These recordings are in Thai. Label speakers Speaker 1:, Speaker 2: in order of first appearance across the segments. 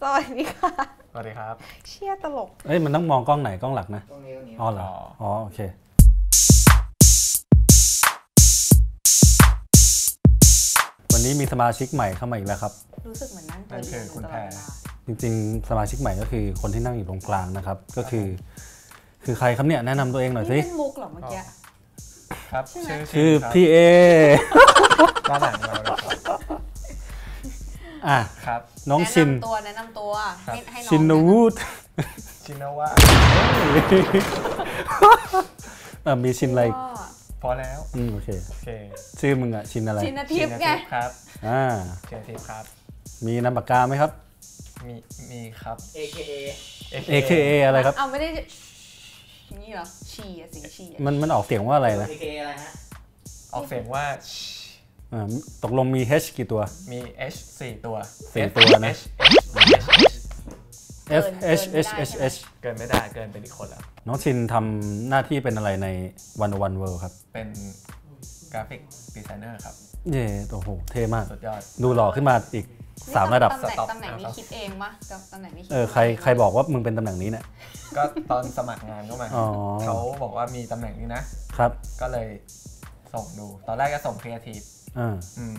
Speaker 1: สวัสดีค่ะ
Speaker 2: สวัสดีครับ
Speaker 1: เชี่ยตลก
Speaker 3: เอ้ยมันต้องมองกล้องไหนกล้องหลักนะ
Speaker 4: ตรงนี้ตรงนี้
Speaker 3: อ๋อเหรอ
Speaker 2: อ๋ออ๋
Speaker 3: อ๋อโอเควันนี้มีสมาชิกใหม่เข้ามาอีกแล้วครับ
Speaker 1: รู้สึกเหมือนนั่งตั
Speaker 2: นั่
Speaker 1: วน เดี
Speaker 2: คื
Speaker 1: ยว
Speaker 2: อ
Speaker 1: อ
Speaker 2: คุ
Speaker 1: ยู่
Speaker 2: ณ
Speaker 1: ตล
Speaker 2: แพ
Speaker 1: อ
Speaker 2: ร
Speaker 1: ดเวลา
Speaker 3: จริงๆ สมาชิกใหม่ก็คือคนที่นั่งอยู่ตรงกลางนะครับ ก็คือ คือใครครับเนี่ยแนะนำตัวเองหน่อยสิ
Speaker 1: นี่เป็นมุกเหรอเมื่อกี้
Speaker 2: ครับ
Speaker 1: ใช่ไหม
Speaker 2: ชื่อ
Speaker 3: ชื่อ
Speaker 2: ครับ
Speaker 3: พี่เอ
Speaker 2: ด้านหลังเราเลยครับ
Speaker 3: อ่ะ
Speaker 2: ครับ
Speaker 3: น้องชิน
Speaker 1: แะำตัวแนะนำตัว
Speaker 2: ครับ
Speaker 1: ให้ให้น้อง
Speaker 3: ชินวูด
Speaker 2: ชินาวะ
Speaker 3: เออมีชินอะไร
Speaker 1: ก็
Speaker 2: พอแล้ว
Speaker 3: อืมโอเค
Speaker 2: โอเค
Speaker 3: ชื่อมึงอะชินอะไร
Speaker 1: ชินทิพย์ไง
Speaker 2: ชินทิพย์ครับ
Speaker 3: อ่า
Speaker 2: ชินทิพย์ครับ
Speaker 3: มีนามปากกาไหมครับ
Speaker 2: มีมีครับ
Speaker 4: เอ AKA
Speaker 3: AKA อะไรครับ
Speaker 1: เอาไม่ได้อย่างนี่เหรอชีอะสิงชีอะ
Speaker 3: มันมันออกเสียงว่าอะไรนะ
Speaker 4: AKA อะไรฮะ
Speaker 2: ออกเสียงว่า
Speaker 3: อ่าตกลงมี H กี่ตัว
Speaker 2: มี H 4 ตัว
Speaker 3: สี่ตัวนะ
Speaker 2: H H H H
Speaker 3: F H H H H
Speaker 2: เกินไม่ได้เกินไปอีกคนแล้ว
Speaker 3: น้องชินทำหน้าที่เป็นอะไรในวันวันเวิร์ครับ
Speaker 2: เป็นกราฟิกดีไซเนอร์ครับ
Speaker 3: เย่โอ้โห เท่มาก
Speaker 2: สุดยอด
Speaker 3: ดูหล่อขึ้นมาอีก 3 ระดับ
Speaker 1: ตำแหน่ง
Speaker 2: สต็อป
Speaker 1: ตำแหน่งนี้คิดเองปะกับตำแหน่งนี้คิด
Speaker 3: เออใครใครบอกว่ามึงเป็นตำแหน่งนี้เนี่ย
Speaker 2: ก็ตอนสมัครงานเข้ามา
Speaker 3: อ๋อ
Speaker 2: เขาบอกว่ามีตำแหน่งนี้นะ
Speaker 3: ครับ
Speaker 2: ก็เลยส่งดู ตอนแรกก็ส่งครีเอทีฟ
Speaker 3: อ่า
Speaker 2: อืม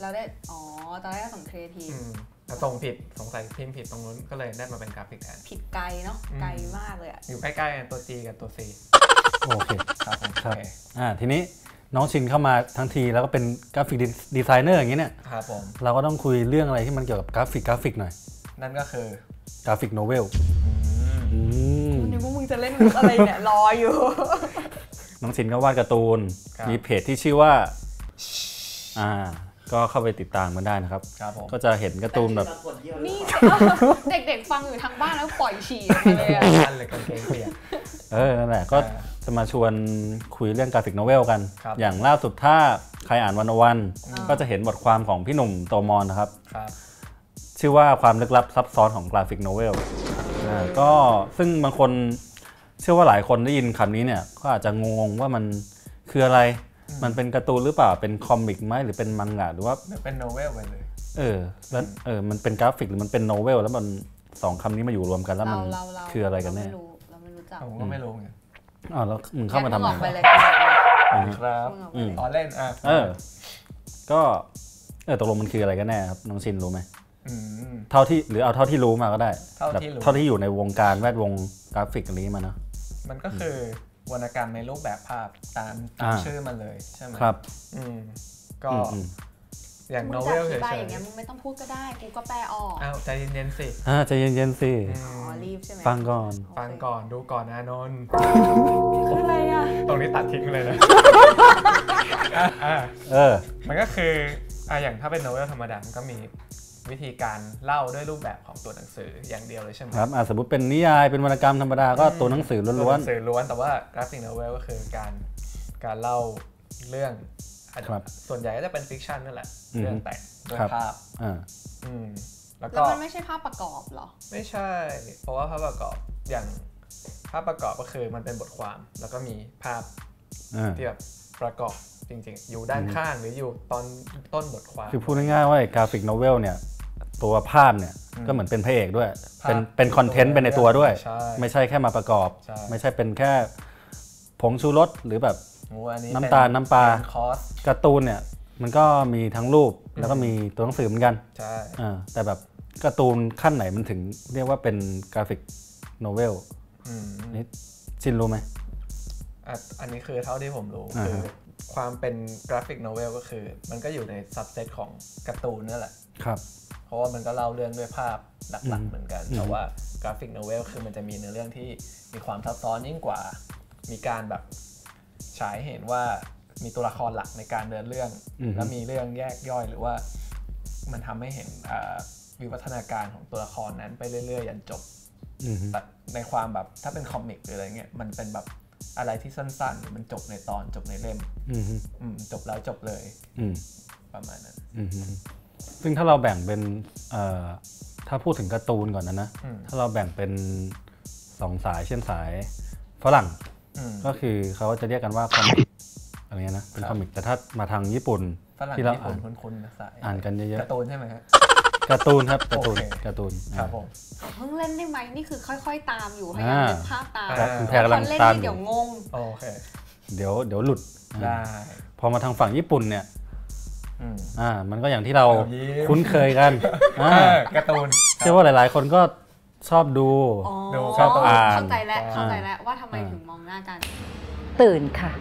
Speaker 1: เราได้ อ๋อ ตอนแรกส่งครีเอทีฟ
Speaker 2: อืมแต่ส่งผิดสงสัยพิมพ์ผิดตรงนู้นก็เลยได้มาเป็นกราฟิกแทน
Speaker 1: ผิดไกลเนาะ
Speaker 2: อืม
Speaker 1: ไกลมากเลยอะ
Speaker 2: อยู่ใกล้ๆกันตัว G กับตัว C
Speaker 3: โอเค
Speaker 2: ครับผม
Speaker 3: ครับ
Speaker 2: โอเค
Speaker 3: อ่าทีนี้น้องชินเข้ามาทั้งทีแล้วก็เป็นกราฟิกดีไซเนอร์อย่างนี้เนี่ย
Speaker 2: ครับผม
Speaker 3: เราก็ต้องคุยเรื่องอะไรที่มันเกี่ยวกับกราฟิกกราฟิกหน่อย
Speaker 2: นั่นก็คือก
Speaker 3: ราฟิกโนเวล
Speaker 2: อืม
Speaker 3: อืม
Speaker 1: นึกว่ามึงจะเล่นมุกอะไรเนี่ย รออยู่
Speaker 3: น้องชินก็วาดการ์ตูน มีเพจที่ชื่อว่า อ่า ก็เข้าไปติดตามกันได้นะครับ
Speaker 2: ครับผม
Speaker 3: ก็จะเห็นการ์ตูนแบบ
Speaker 4: ปรากฏเยี่ยวหรือ
Speaker 1: นี่
Speaker 4: เปล่า
Speaker 1: เด็กๆฟังอยู่ทางบ้านแล้วปล่อยฉี่ออกมาเลยอะ
Speaker 2: นั่นเลยกางเกงเปียก
Speaker 3: เออ นั่นแหละ ก็
Speaker 2: อ่า
Speaker 3: จะมาชวนคุยเรื่องกราฟิกโนเวลกัน
Speaker 2: ครับ
Speaker 3: อย่างล่าสุดถ้าใครอ่านวันวัน
Speaker 1: อ่า
Speaker 3: ก็จะเห็นบทความของพี่หนุ่มโตมอนนะครับ
Speaker 2: ครับ
Speaker 3: ชื่อว่าความลึกลับซับซ้อนของกราฟิกโนเวลอ่าก็ซึ่งบางคนเชื่อว่าหลายคนได้ยินคำนี้เนี่ย ก็อาจจะงงว่ามันคืออะไร มันเป็นการ์ตูนหรือเปล่า เป็นคอมิกไหมหรือเป็นมังงะหรือว่า
Speaker 2: เป็นโนเวลไปเลย
Speaker 3: เออ แล้ว เออ มันเป็นกราฟิกหรือมันเป็นโนเวล แล้วมันสองคำนี้มาอยู่รวมกันแล้วมัน
Speaker 1: เราเรา
Speaker 3: คืออะไรกันแน่
Speaker 1: เราไม่รู้เราไม่รู้จัก
Speaker 2: ผมก็ไม่รู้ไง
Speaker 3: อ้าวแล้วมึงเข้ามาทำ
Speaker 1: งั้นงออก
Speaker 3: ไม
Speaker 1: ไปเลย
Speaker 2: ครับ
Speaker 1: มึงออกไป
Speaker 3: อื
Speaker 1: เล
Speaker 3: ม
Speaker 1: ย
Speaker 2: อ๋อเล่นอ่ะ
Speaker 3: เออ ก็ เออ ตกลงมันคืออะไรกันแน่ครับ น้องชินรู้ไหม
Speaker 2: ม
Speaker 3: เท่าที่ หรือเอาเท่าที่รู้มาก็ได้
Speaker 2: เท่าที่รู้
Speaker 3: แบบเท่าที่อยู่ในวงการแวดวงกราฟิกอันนี้มานะ
Speaker 2: มันก็คือวรรณกรรมในรูปแบบภาพตามตาม
Speaker 3: อ่า
Speaker 2: ชื่อมันเลยใช่ไหม
Speaker 3: ครับ
Speaker 2: อืม ก็
Speaker 3: อืมอืม
Speaker 2: อย่าง
Speaker 1: มึง
Speaker 2: โนเว
Speaker 1: จะ
Speaker 2: ล
Speaker 1: อ
Speaker 2: เฉ
Speaker 1: ธิ
Speaker 2: ย
Speaker 1: บายอย่างเงี้ยมึงไม่ต้องพูดก็ได้ กูก็แปลออก
Speaker 2: ๆอ้าวใจเย็นๆสิ
Speaker 3: อ่าใจเย็นๆสิ
Speaker 2: อืม
Speaker 1: อ๋อรีบใช่ไหม
Speaker 3: ฟังก่อน
Speaker 2: ฟังก่อนดูก่อนนะนนท์
Speaker 1: คืออะไรอ่ะ
Speaker 2: ตรงนี้ตัดทิ้งไปเลยนะ อ่ะอ่ะ
Speaker 3: เออ
Speaker 2: มันก็คืออ่ะอย่างถ้าเป็นโนเวลธรรมดา มันก็มีวิธีการเล่าด้วยรูปแบบของตัวหนังสืออย่างเดียวเลยใช่ไหม
Speaker 3: ครับอ่าสมมติเป็นนิยาย เป็นวรรณกรรมธรรมดา ก็ตัวหนังสือ
Speaker 2: ตัว
Speaker 3: ล้วน
Speaker 2: หนังสือล้วน แต่ว่ากราฟิกโนเวลก็คือการการเล่าเรื่องอาจจะ
Speaker 3: ครับ
Speaker 2: ส่วนใหญ่ก็จะเป็นฟิกชันนั่นแหละ
Speaker 3: อืม
Speaker 2: เรื่องแต่งด้วย
Speaker 3: ครับ
Speaker 2: ภาพ
Speaker 3: ๆอ่า
Speaker 2: อืม แล้ว
Speaker 1: แล้ว
Speaker 2: ก็
Speaker 1: มันไม่ใช่ภาพประกอบเหรอ
Speaker 2: ไม่ใช่ เพราะว่าภาพประกอบอย่างภาพประกอบก็คือมันเป็นบทความ แล้วก็มีภาพ
Speaker 3: อ่า
Speaker 2: ที่แบบประกอบจริงๆ อยู่ด้านข้างหรืออยู่ตอนต้นบทความ
Speaker 3: คือพูดง่ายๆว่าไอ้กราฟิกโนเวลเนี่ย ตัวภาพเนี่ย
Speaker 2: อืม
Speaker 3: ก็เหมือนเป็นพระเอกด้วย
Speaker 2: ภาพ
Speaker 3: เป็นเป็นคอนเทนต์เป็นในตัวด้วย
Speaker 2: ใช่
Speaker 3: ไม่ใช่แค่มาประกอบ
Speaker 2: ใช่
Speaker 3: ไม่ใช่เป็นแค่ผงชูรสหรือแบบ
Speaker 2: โอ้อัเป็
Speaker 3: น้ำตาลน้ำปลา
Speaker 2: เป็นคอส
Speaker 3: การ์ตูนเนี่ยมันก็มีทั้งรูปแล้วก็มีตัวหนังสือเหมือนกัน
Speaker 2: ใช่
Speaker 3: อ่าแต่แบบการ์ตูนขั้นไหนมันถึงเรียกว่าเป็นกราฟิกโนเวล
Speaker 2: อืม
Speaker 3: นี่ชินรู้ไหม
Speaker 2: อ่ะอันนี้คือเท่าที่ผมรู้
Speaker 3: อ่าฮะ
Speaker 2: คือความเป็นกราฟิกโนเวลก็คือ มันก็อยู่ในซับเซตของการ์ตูนนั่นแหละ
Speaker 3: ครับ
Speaker 2: เพราะว่ามันก็เล่าเรื่องด้วยภาพหลัก
Speaker 3: อื
Speaker 2: ๆ
Speaker 3: ม
Speaker 2: เหมือนกัน
Speaker 3: อืม
Speaker 2: แต่ว่ากราฟิกโนเวลคือมันจะมีเนื้อเรื่องที่มีความซับซ้อนยิ่งกว่า มีการแบบฉายให้เห็นว่ามีตัวละครหลักในการเดินเรื่อง แล้วมีเรื่องแยกย่อยหรือว่ามันทำให้เห็นอ่าวิวัฒนาการของตัวละครนั้นไปเรื่อยๆยันจบ
Speaker 3: อืมฮึ
Speaker 2: แต่ในความแบบถ้าเป็นคอมิกหรืออะไรเงี้ยมันเป็นแบบอะไรที่สั้นๆหรือมันจบในตอนจบในเล่ม
Speaker 3: อืมฮึ
Speaker 2: อืมจบแล้วจบเลย
Speaker 3: อืม
Speaker 2: ประมาณนั้น
Speaker 3: อืมฮึซึ่งถ้าเราแบ่งเป็นเอ่อถ้าพูดถึงการ์ตูนก่อนนะนะ
Speaker 2: อืม
Speaker 3: ถ้าเราแบ่งเป็นสองสายเช่นสายฝรั่ง
Speaker 2: อืม
Speaker 3: ก็คือเขาจะเรียกกันว่าคอมิกอะไรเงี้ยนะ เป็น
Speaker 2: ครับ
Speaker 3: คอมิกแต่ถ้ามาทางญี่ปุ่น
Speaker 2: ฝรั่ง
Speaker 3: ที่เรา
Speaker 2: ญี่ปุ่น
Speaker 3: อ่าน
Speaker 2: คุ้นๆนะสาย
Speaker 3: อ่านกันเยอะๆ
Speaker 2: การ์ตูนใช่ไหมฮะ
Speaker 3: การ์ตูนครับการ์ตู
Speaker 2: โอ
Speaker 3: น
Speaker 2: เค
Speaker 3: การ์ตูน
Speaker 2: ครั
Speaker 3: อ่า
Speaker 2: บผม
Speaker 1: เพิ่งเล่นได้ไหมนี่คือค่อย ๆ ตามอยู่พยายาม
Speaker 3: อ่า
Speaker 1: นึกภาพตาม
Speaker 2: ครับ
Speaker 3: คุณแพรกำลัง
Speaker 1: คนเล่น
Speaker 3: ตาม
Speaker 1: นี่
Speaker 3: อ
Speaker 1: เดี๋ย
Speaker 3: ยู่
Speaker 1: วงง
Speaker 2: โอเค
Speaker 3: เดี๋ยวเดี๋ยวหลุด
Speaker 2: ได้
Speaker 3: อ่าพอมาทางฝั่งญี่ปุ่นเนี่ย
Speaker 2: อืม
Speaker 3: อ่ามันก็อย่างที่เรา
Speaker 2: เอายิ้ม
Speaker 3: คุ้นเคยกัน อ่า
Speaker 2: เออการ์ตูน
Speaker 3: เชื่อว่าหลาย ๆ คนก็ชอบดู
Speaker 1: อ๋อ
Speaker 2: ดู
Speaker 3: ชอบอ่าน
Speaker 1: เข้าใจแล้วเข้าใจ
Speaker 3: อ่า
Speaker 1: แล้วว่าทำไมถึงมองหน้ากัน
Speaker 4: ตื่นค่ะ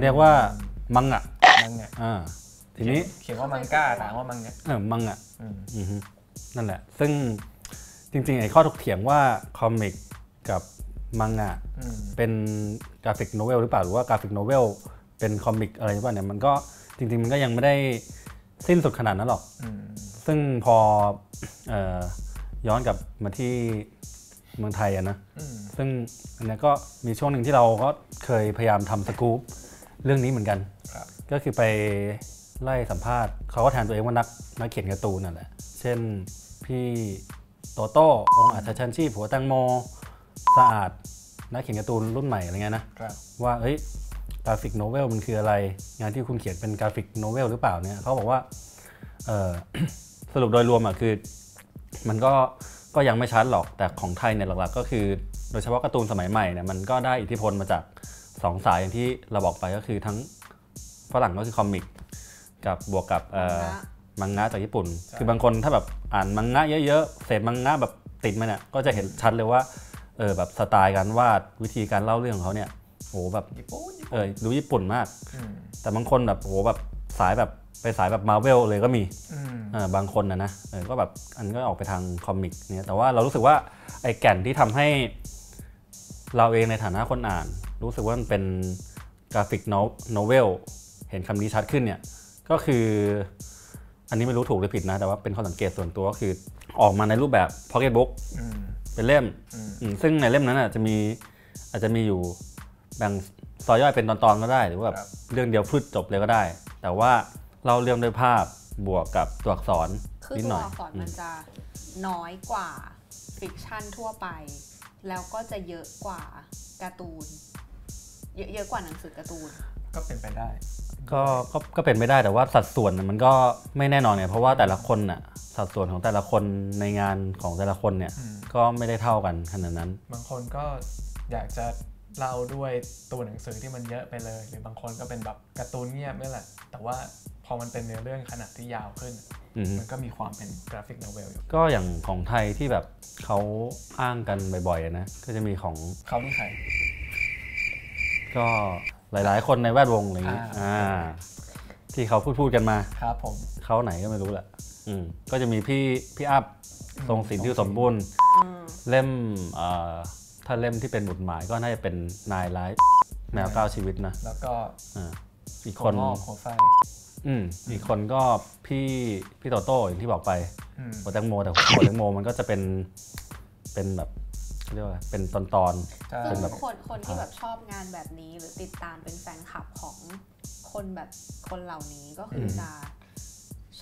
Speaker 3: เรียกว่ามังอะ
Speaker 2: มังงะ
Speaker 3: อ่าทีนี้
Speaker 2: เขียนว่ามังก้าถามว่ามังงะ
Speaker 3: เออมังอะ
Speaker 2: อืม
Speaker 3: อือฮึนั่นแหละ ซึ่งจริงๆ ไอ้ข้อถกเถียงว่าคอมิกกับมังงะ
Speaker 2: อืม
Speaker 3: เป็นกราฟิกโนเวลหรือเปล่า หรือว่ากราฟิกโนเวลเป็นคอมิกอะไรหรือเปล่าเนี่ยมันก็จริงๆ มันก็ยังไม่ได้สิ้นสุดขนาดนั้นหรอก
Speaker 2: อืม
Speaker 3: ซึ่งพอเออย้อนกลับมาที่เมืองไทยอะนะ
Speaker 2: อืม
Speaker 3: ซึ่งอันเนี้ยก็มีช่วงหนึ่งที่เราก็เคยพยายามทำสกู๊ปเรื่องนี้เหมือนกัน
Speaker 2: ครับ
Speaker 3: ก็คือไปไล่สัมภาษณ์ เขาก็แทนตัวเองว่านักนักเขียนการ์ตูนนั่นแหละ เช่นพี่โตโต้องค์อาจจะชันชีพหัวแตังโมสะอาด นักเขียนการ์ตูนรุ่นใหม่อะไรเงี้ยนะ
Speaker 2: ครับ
Speaker 3: ว่าเอ้ยกราฟิกโนเวลมันคืออะไร งานที่คุณเขียนเป็นกราฟิกโนเวลหรือเปล่าเนี่ยเขาบอกว่าเอ่อ สรุปโดยรวมอ่ะคือ มันก็ก็ยังไม่ชัดหรอกแต่ของไทยเนี่ยหลักๆ ก็คือ โดยเฉพาะการ์ตูนสมัยใหม่เนี่ยมันก็ได้อิทธิพลมาจากสองสายอย่างที่เราบอกไปก็คือทั้งฝรั่งก็คือคอมิกกับบวกกับเอ่อมังงะจากญี่ปุ่น
Speaker 2: ใช่
Speaker 3: คือบางคนถ้าแบบอ่านมังงะเยอะๆเสพมังงะแบบติดมันเนี่ยก็จะเห็นชัดเลยว่าเออแบบสไตล์การวาดวิธีการเล่าเรื่องของเขาเนี่ยโหแบบ
Speaker 2: ญี่ปุ่น
Speaker 3: เออดูญี่ปุ่นมาก
Speaker 2: อืม
Speaker 3: แต่บางคนแบบโหแบบสายแบบไปสายแบบมาเวลเลยก็มี
Speaker 2: อืม
Speaker 3: เออบางคนนะนะเออก็แบบอันก็ออกไปทางคอมิกเนี่ยแต่ว่าเรารู้สึกว่าไอ้แก่นที่ทำให้เราเองในฐานะคนอ่าน รู้สึกว่ามันเป็นกราฟิกโนเวลเห็นคำนี้ชัดขึ้นเนี่ยก็คืออันนี้ไม่รู้ถูกหรือผิดนะ แต่ว่าเป็นข้อสังเกตส่วนตัวก็คือออกมาในรูปแบบพ็อกเก็ตบุ๊ก
Speaker 2: อืม
Speaker 3: เป็นเล่ม
Speaker 2: อืม
Speaker 3: อืมซึ่งในเล่มนั้นอาจจะมีอาจจะมีอยู่แบ่งซอยย่อยเป็นตอนๆก็ได้ หรือว่าแบบเรื่องเดียวพืดจบเลยก็ได้ แต่ว่าเราเรื่องด้วยภาพบวกกับตัวอักษร
Speaker 1: คือ
Speaker 3: นิด
Speaker 1: ตัว
Speaker 3: หน่อย
Speaker 1: อักษร
Speaker 3: อื
Speaker 1: มัน
Speaker 3: ม
Speaker 1: จะน้อยกว่าฟิกชันทั่วไป แล้วก็จะเยอะกว่าการ์ตูน เยอะเยอะกว่าหนังสือการ์ตูน
Speaker 2: ก็เป็นไปได้
Speaker 3: ก็ก็ก็เป็นไม่ได้แต่ว่าสัดส่วนน่ะมันก็ไม่แน่นอนเนี่ยเพราะว่าแต่ละคนน่ะสัดส่วนของแต่ละคนในงานของแต่ละคนเนี่ย
Speaker 2: อืม
Speaker 3: ก็ไม่ได้เท่ากันขนาดนั้น
Speaker 2: บางคนก็อยากจะเล่าด้วยตัวหนังสือที่มันเยอะไปเลย หรือบางคนก็เป็นแบบการ์ตูนเงียบนี่แหละ แต่ว่าพอมันเป็นเนื้อเรื่องขนาดที่ยาวขึ้น
Speaker 3: อืม
Speaker 2: มันก็มีความเป็นกราฟิกโนเวลอยู่
Speaker 3: ก็อย่างของไทยที่แบบเขาอ้างกันบ่อยๆอะนะก็จะมีของ
Speaker 2: เขามีใคร
Speaker 3: ก็หลายๆ คนในแวดวงอะไรอย่างนี้
Speaker 2: อ่า
Speaker 3: อ่าที่เขาพูดพูดๆกันมา
Speaker 2: ครับผม
Speaker 3: เขาไหนก็ไม่รู้แหละอืมก็จะมีพี่พี่อัพทรงศิลป์ที่สมบูรณ์ เล่มเอ่อถ้าเล่มที่เป็นบุตรหมายก็น่าจะเป็นนายร้ายแมวเก้าชีวิตนะ
Speaker 2: แล้วก็
Speaker 3: อ่าอีก
Speaker 2: ค
Speaker 3: คน น
Speaker 2: มอกหัวไฟ
Speaker 3: อืมอีกคนก็พี่พี่โตโต้อย่างที่บอกไป
Speaker 2: อืม
Speaker 3: หัวแตงโม แต่หัวแตงโมมันก็จะเป็นเป็นแบบเขาเรียกว่าอะไรเป็นตอนตอนๆ
Speaker 2: ใช่
Speaker 1: ซึ่ง
Speaker 3: เป็นแบบ
Speaker 1: คนคนที่แบบชอบงานแบบนี้หรือติดตามเป็นแฟนคลับของคนแบบคนเหล่านี้ก็คืออ
Speaker 3: ม
Speaker 1: จะ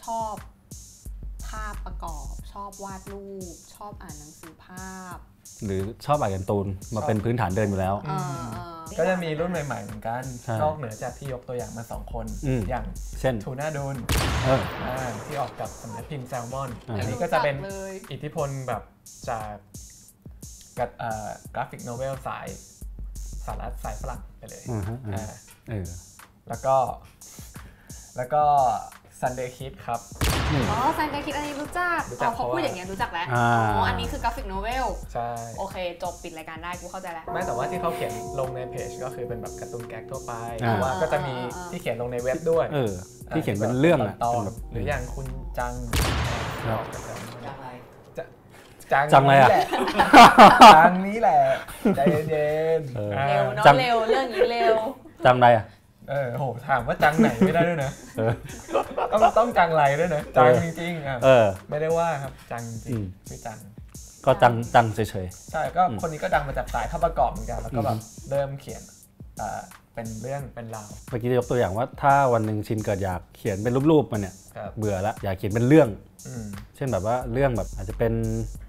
Speaker 1: ชอบภาพประกอบ ชอบวาดรูป ชอบอ่านหนังสือภาพ
Speaker 3: หรือชอบอ่านการ์ตูนมาเป็นพื้นฐานเดินอยู่แล้ว
Speaker 1: เออเออ
Speaker 2: ก็จะมีรุ่นใหม่ ๆ เหมือนกัน
Speaker 3: ใช่
Speaker 2: นอกเหนือจากที่ยกตัวอย่างมาสองคน
Speaker 3: อืม
Speaker 2: อย่าง
Speaker 3: เช่น
Speaker 2: ทูน่าโดน
Speaker 3: เออ
Speaker 2: อ่าที่ออกกับสำนักพิมพ์แซลมอน
Speaker 3: อ่า
Speaker 2: อันนี้ก็จะเป็น อิทธิพลแบบจากกับเอ่อกราฟิกโนเวลสายสารสายฝรั่งไปเลย
Speaker 3: อ่าฮะอ่า
Speaker 2: อ่า
Speaker 3: เออ
Speaker 2: แล้วก็ แล้วก็ Sunday Kid ครับ
Speaker 1: อ๋อแซนเดคิดอันนี้รู้จัก
Speaker 2: รู้จั
Speaker 1: อ๋
Speaker 2: ก
Speaker 1: อเขาพูด
Speaker 2: เพราะว่า
Speaker 1: อย่างเงี้ยรู้จักแล้วอ๋
Speaker 3: อ่า
Speaker 1: ออันนี้คือกราฟิกโนเวล
Speaker 2: ใช่
Speaker 1: โอเค จบปิดรายการได้กูเข้าใจแล้ว
Speaker 2: ไม่แต่ว่าที่เขาเขียนลงในเพจก็คือเป็นแบบการ์ตูนแก๊กทั่วไป
Speaker 3: อ่า
Speaker 2: แต่ว่าก็จะมี
Speaker 1: อ่า
Speaker 2: ที่เขียนลงในเว็บด้วย
Speaker 3: เออ
Speaker 2: า
Speaker 3: ที่เขียนเป็นเรื่องอะ
Speaker 2: ตอน
Speaker 3: เป็นแบบ
Speaker 2: หรืออย่างคุณจัง
Speaker 3: ครับ
Speaker 2: จะจัง
Speaker 3: จังอะไรอะ
Speaker 2: นี่แหจังนี้ แหละใจเย็น
Speaker 3: เออ
Speaker 2: ๆา
Speaker 1: เร็วเนอะ
Speaker 3: จำ
Speaker 1: เร็วเรื่องนี้เร็ว
Speaker 3: จำอะไรอ่ะ
Speaker 2: เออโหถามว่าจังไหนไม่ได้ด้วยนะ
Speaker 3: เออ
Speaker 2: ต้องต้องจังไรด้วยนะ จังจริงๆอ่ะ
Speaker 3: เออ
Speaker 2: ไม่ได้ว่าครับจังจริ
Speaker 3: อื
Speaker 2: ง
Speaker 3: ม
Speaker 2: ชื่อจัง
Speaker 3: ก็จังจังเฉย
Speaker 2: ใช่ก็
Speaker 3: อืม
Speaker 2: คนนี้ก็ดังมาจากสายข้าประกอบเหมือนกันแล้วก็แบ
Speaker 3: อื
Speaker 2: บ
Speaker 3: ม
Speaker 2: เริ่มเขียนเอ่อเป็นเรื่องเป็นราว
Speaker 3: ๆเมื่อกี้ยกตัวอย่างว่าถ้าวันหนึ่งชินเกิดอยากเขียนเป็นรูปๆมันเนี่ย
Speaker 2: ครับ
Speaker 3: เบื่อละอยากเขียนเป็นเรื่อง
Speaker 2: อืม
Speaker 3: เช่นแบบว่าเรื่องแบบอาจจะเป็น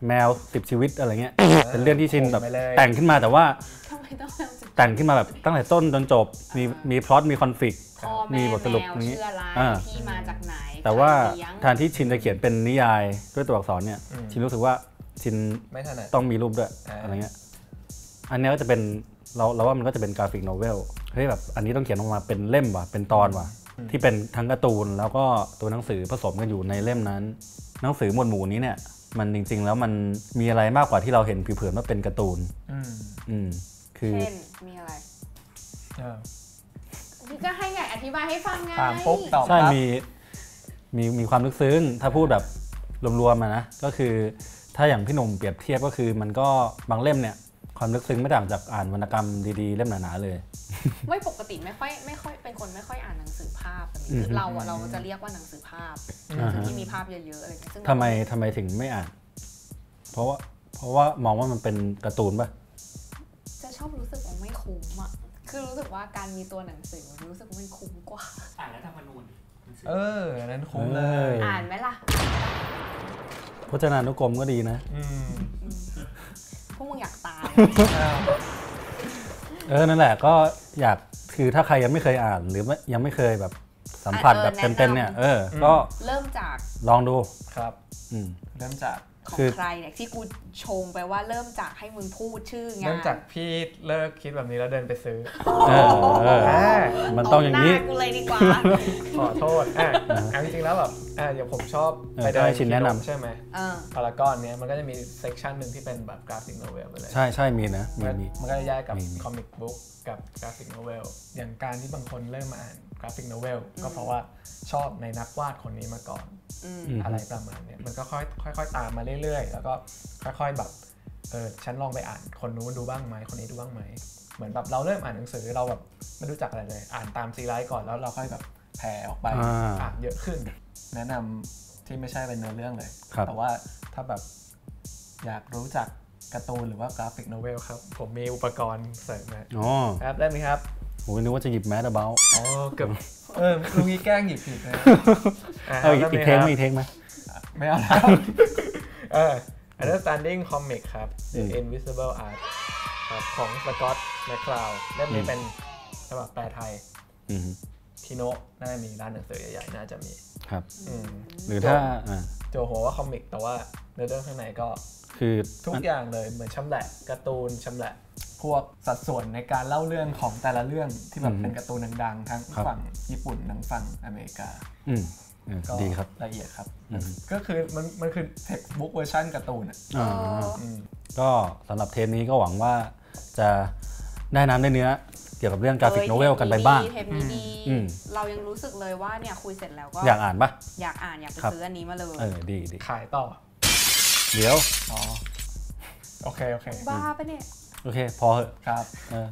Speaker 3: แมวสิบชีวิตอะไรเงี้ย
Speaker 2: อ
Speaker 3: เป็นเรื่องที่ชินแบบ
Speaker 2: ไปเลย
Speaker 3: แต่งขึ้นมาแต่ว่า
Speaker 1: ทำไมต้องเร็วจัง
Speaker 3: แต่งขึ้นมาแบบตั้งแต่ต้นจนจบ มีมีพล็อตมีคอนฟ lict
Speaker 1: พ่อ
Speaker 3: มี
Speaker 1: แม่
Speaker 3: บทสรุป
Speaker 1: แมว
Speaker 3: อย่างงี้
Speaker 1: เชื่ออะไร
Speaker 3: อ่า
Speaker 1: ที่มาจากไหน
Speaker 3: แต่ว่า
Speaker 1: เลี้ยง
Speaker 3: แทนที่ชินจะเขียนเป็นนิยายด้วยตัวอักษรเนี่ย
Speaker 2: อืม
Speaker 3: ชินรู้สึกว่าชิน
Speaker 2: ไม่ถนัด
Speaker 3: ต้องมีรูปด้วย
Speaker 2: อ่า
Speaker 3: อะไรเงี้ยอันเนี้ยก็จะเป็นเราเราว่ามันก็จะเป็นกราฟิกโนเวลเฮ้ยแบบอันนี้ต้องเขียนออกมาเป็นเล่มว่ะเป็นตอนว่ะ ที่เป็นทั้งการ์ตูนแล้วก็ตัวหนังสือผสมกันอยู่ในเล่มนั้น หนังสือหมวดหมู่นี้เนี่ยมันจริง ๆ แล้วมันมีอะไรมากกว่าที่เราเห็นผิวเผินว่าเป็นการ์ตูน
Speaker 2: อืม
Speaker 3: อืมคือ
Speaker 1: เช่น มีอะไร
Speaker 2: เออ
Speaker 1: พี่ก็ให้ใหญ่อธิบายให้ฟังไง
Speaker 2: ถามปุ๊บตอบ
Speaker 3: ใช่
Speaker 2: ปั๊บ
Speaker 3: มี มี มีความลึกซึ้ง ถ้าพูดแบบรวมๆมานะ ก็คือ ถ้าอย่างพี่หนุ่มเปรียบเทียบก็คือมันก็บางเล่มเนี่ย ความลึกซึ้งไม่ต่างจากอ่านวรรณกรรมดีๆ เล่มหนาๆเลย
Speaker 1: ไม่ปกติไม่ค่อยไม่ค่อยเป็นคนไม่ค่อยอ่านหนังสือภาพแบบนี้
Speaker 3: อืม
Speaker 1: คือเราอะเราจะเรียกว่าหนังสือภาพหนังสือที่มีภาพเยอะๆอะไรเงี้ยซึ่ง
Speaker 3: ทำไมทำไมถึงไม่อ่าน เพราะว่า เพราะว่ามองว่ามันเป็นการ์ตูนป่ะ
Speaker 1: จะชอบรู้สึกว่าไม่คุ้มอะคือรู้สึกว่าการมีตัวหนังสือมันรู้สึกว่ามันคุ้มกว่า
Speaker 4: อ่านรัฐธรรมนูญหนังสือ
Speaker 2: เอออันนั้นคุ้มเลย
Speaker 3: เอออ่
Speaker 1: อ่านไหมล่ะ
Speaker 3: พจนานุกรมก็ดีนะ
Speaker 2: อืม
Speaker 1: พวกมึงอยากตาย
Speaker 2: อ้าว
Speaker 3: เออ นั่นแหละ ก็อยาก คือถ้าใครยังไม่เคยอ่าน หรือไม่ยังไม่เคยแบบสัมผัส
Speaker 1: อ่ะเออ
Speaker 3: แบบ
Speaker 1: แนะ
Speaker 3: เต็ม
Speaker 1: นำ
Speaker 3: ๆเนี่ย เออ ก็
Speaker 1: เริ่มจาก
Speaker 3: ลองดู
Speaker 2: ครับ
Speaker 3: อืม
Speaker 2: เริ่มจาก
Speaker 1: ของ
Speaker 3: คือ
Speaker 1: ใครเนี่ยที่กูชงไปว่าเริ่มจากให้มึงพูดชื่องาน
Speaker 2: เริ่มจากพี่เลิกคิดแบบนี้แล้วเดินไปซื้อ
Speaker 3: เออเออ
Speaker 2: อ่า
Speaker 3: มันต้องอย่างนี้
Speaker 1: หกูเลยดีก ว่า
Speaker 2: ขอโทษ อ่ะอ่ะจริงๆ แล้วแบบอ่ะอย่างผมชอบ
Speaker 3: เออ
Speaker 2: ไปเดิ
Speaker 3: ได้
Speaker 2: น
Speaker 3: ชิ้นแนะนำ
Speaker 2: คิโดใช่ไหม
Speaker 1: เออ
Speaker 2: พารากอนเนี้ยมันก็จะมีเซกชันหนึ่งที่เป็นแบบกราฟิกโนเวลไปเลย
Speaker 3: ใช่ใช่มีนะ มี
Speaker 2: มัน
Speaker 3: มี
Speaker 2: มันก็จะแยกกับ
Speaker 3: มีมี
Speaker 2: คอมิกบุ๊กกับกราฟิกโนเวล อย่างการที่บางคนเริ่มมาอ่านกราฟิกโนเวลก็เพราะว่าชอบในนักวาดคนนี้มาก่อน
Speaker 1: อืม
Speaker 3: ม
Speaker 2: อะไรประมาณเนี้ยมันก็ค่อยค่อยๆตามมาเรื่อยๆ แล้วก็ค่อยๆแบบเออฉันลองไปอ่านคนนู้นดูบ้างไหมคนนี้ดูบ้างไหมเหมือนแบบเราเริ่มอ่านหนังสือเราแบบไม่รู้จักอะไรเลย อ่านตามซีรีส์ก่อนแล้วเราค่อยแบบแผ่ออกไป
Speaker 3: อ่า
Speaker 2: อ่านเยอะขึ้น แนะนำที่ไม่ใช่เป็นเนื้อเรื่องเลย
Speaker 3: ครับ
Speaker 2: แต่ว่าถ้าแบบอยากรู้จักการ์ตูนหรือว่ากราฟิกโนเวลครับ ผมมีอุปกรณ์เสริมมา
Speaker 3: อ๋อ
Speaker 2: ครับได้ไหมครับ
Speaker 3: ผมนึกว่าจะหยิบแมสเบล
Speaker 2: อ๋อเกือบเออลุงนี้แกล้งหยิบผิดนะะ
Speaker 3: เอาอีก
Speaker 2: ได้ไหม
Speaker 3: อีกเทค
Speaker 2: ครับ
Speaker 3: ไหมอีกเทคไหม
Speaker 2: ไม่เอา แล้ว เออ Understanding Comic ครับ The
Speaker 3: อืม
Speaker 2: Invisible Art ครับของ Scott McCloud เล่มนี้
Speaker 3: อืม
Speaker 2: เป็นฉบับแปลไทย
Speaker 3: อืม
Speaker 2: ทีโนะน่าจะมีร้านหนังสือใหญ่ๆ น่าจะมี
Speaker 3: ครับ
Speaker 2: อืม
Speaker 3: หรือถ้าอ่า
Speaker 2: โจหัวว่าคอมิก แต่ว่าเนื้อเรื่องข้างในก็
Speaker 3: คือ
Speaker 2: ทุก
Speaker 3: มัน
Speaker 2: อย่างเลยเหมือนชำแหละการ์ตูนชำแหละ พวกสัดส่วนในการเล่าเรื่องของแต่ละเรื่องที่แบบเป็นการ์ตูนดังๆ ทั้งฝั่งญี่ปุ่นทั้งฝั่งอเมริกา
Speaker 3: อืมเออ
Speaker 2: ก็
Speaker 3: ดีครับ
Speaker 2: ละเอียดครับ
Speaker 3: อืม
Speaker 2: ก็คือมันมันคือเทคบุ๊กเวอร์ชันการ์ตูนอ่ะ
Speaker 3: อ่า
Speaker 2: อืม
Speaker 3: ก็สำหรับเทปนี้ก็หวังว่าจะได้น้ำได้เนื้อ เกี่ยวกับเรื่องกราฟิกโนเวลกันไปบ้าง
Speaker 1: เทปนี้ดี
Speaker 3: อืม
Speaker 1: เรายังรู้สึกเลยว่าเนี่ยคุยเสร็จแล้วก็
Speaker 3: อยากอ่านปะ
Speaker 1: อยากอ่านอยากไป
Speaker 3: ครับ
Speaker 1: ซื้ออันนี้มาเลย
Speaker 3: เออดีดี
Speaker 2: ขายต่อ
Speaker 3: เดี๋ยว
Speaker 2: อ๋อ โอเค โอเค
Speaker 1: บ้าปะเนี่ย
Speaker 3: โอเค พอเหอะ
Speaker 2: ครับ
Speaker 3: เออ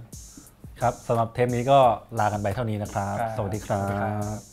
Speaker 3: ครับสำหรับเทปนี้ก็ลากันไปเท่านี้นะครับ
Speaker 2: ครับ
Speaker 3: สวัสดีค
Speaker 2: ส
Speaker 3: รั
Speaker 2: วัสดีครับ บ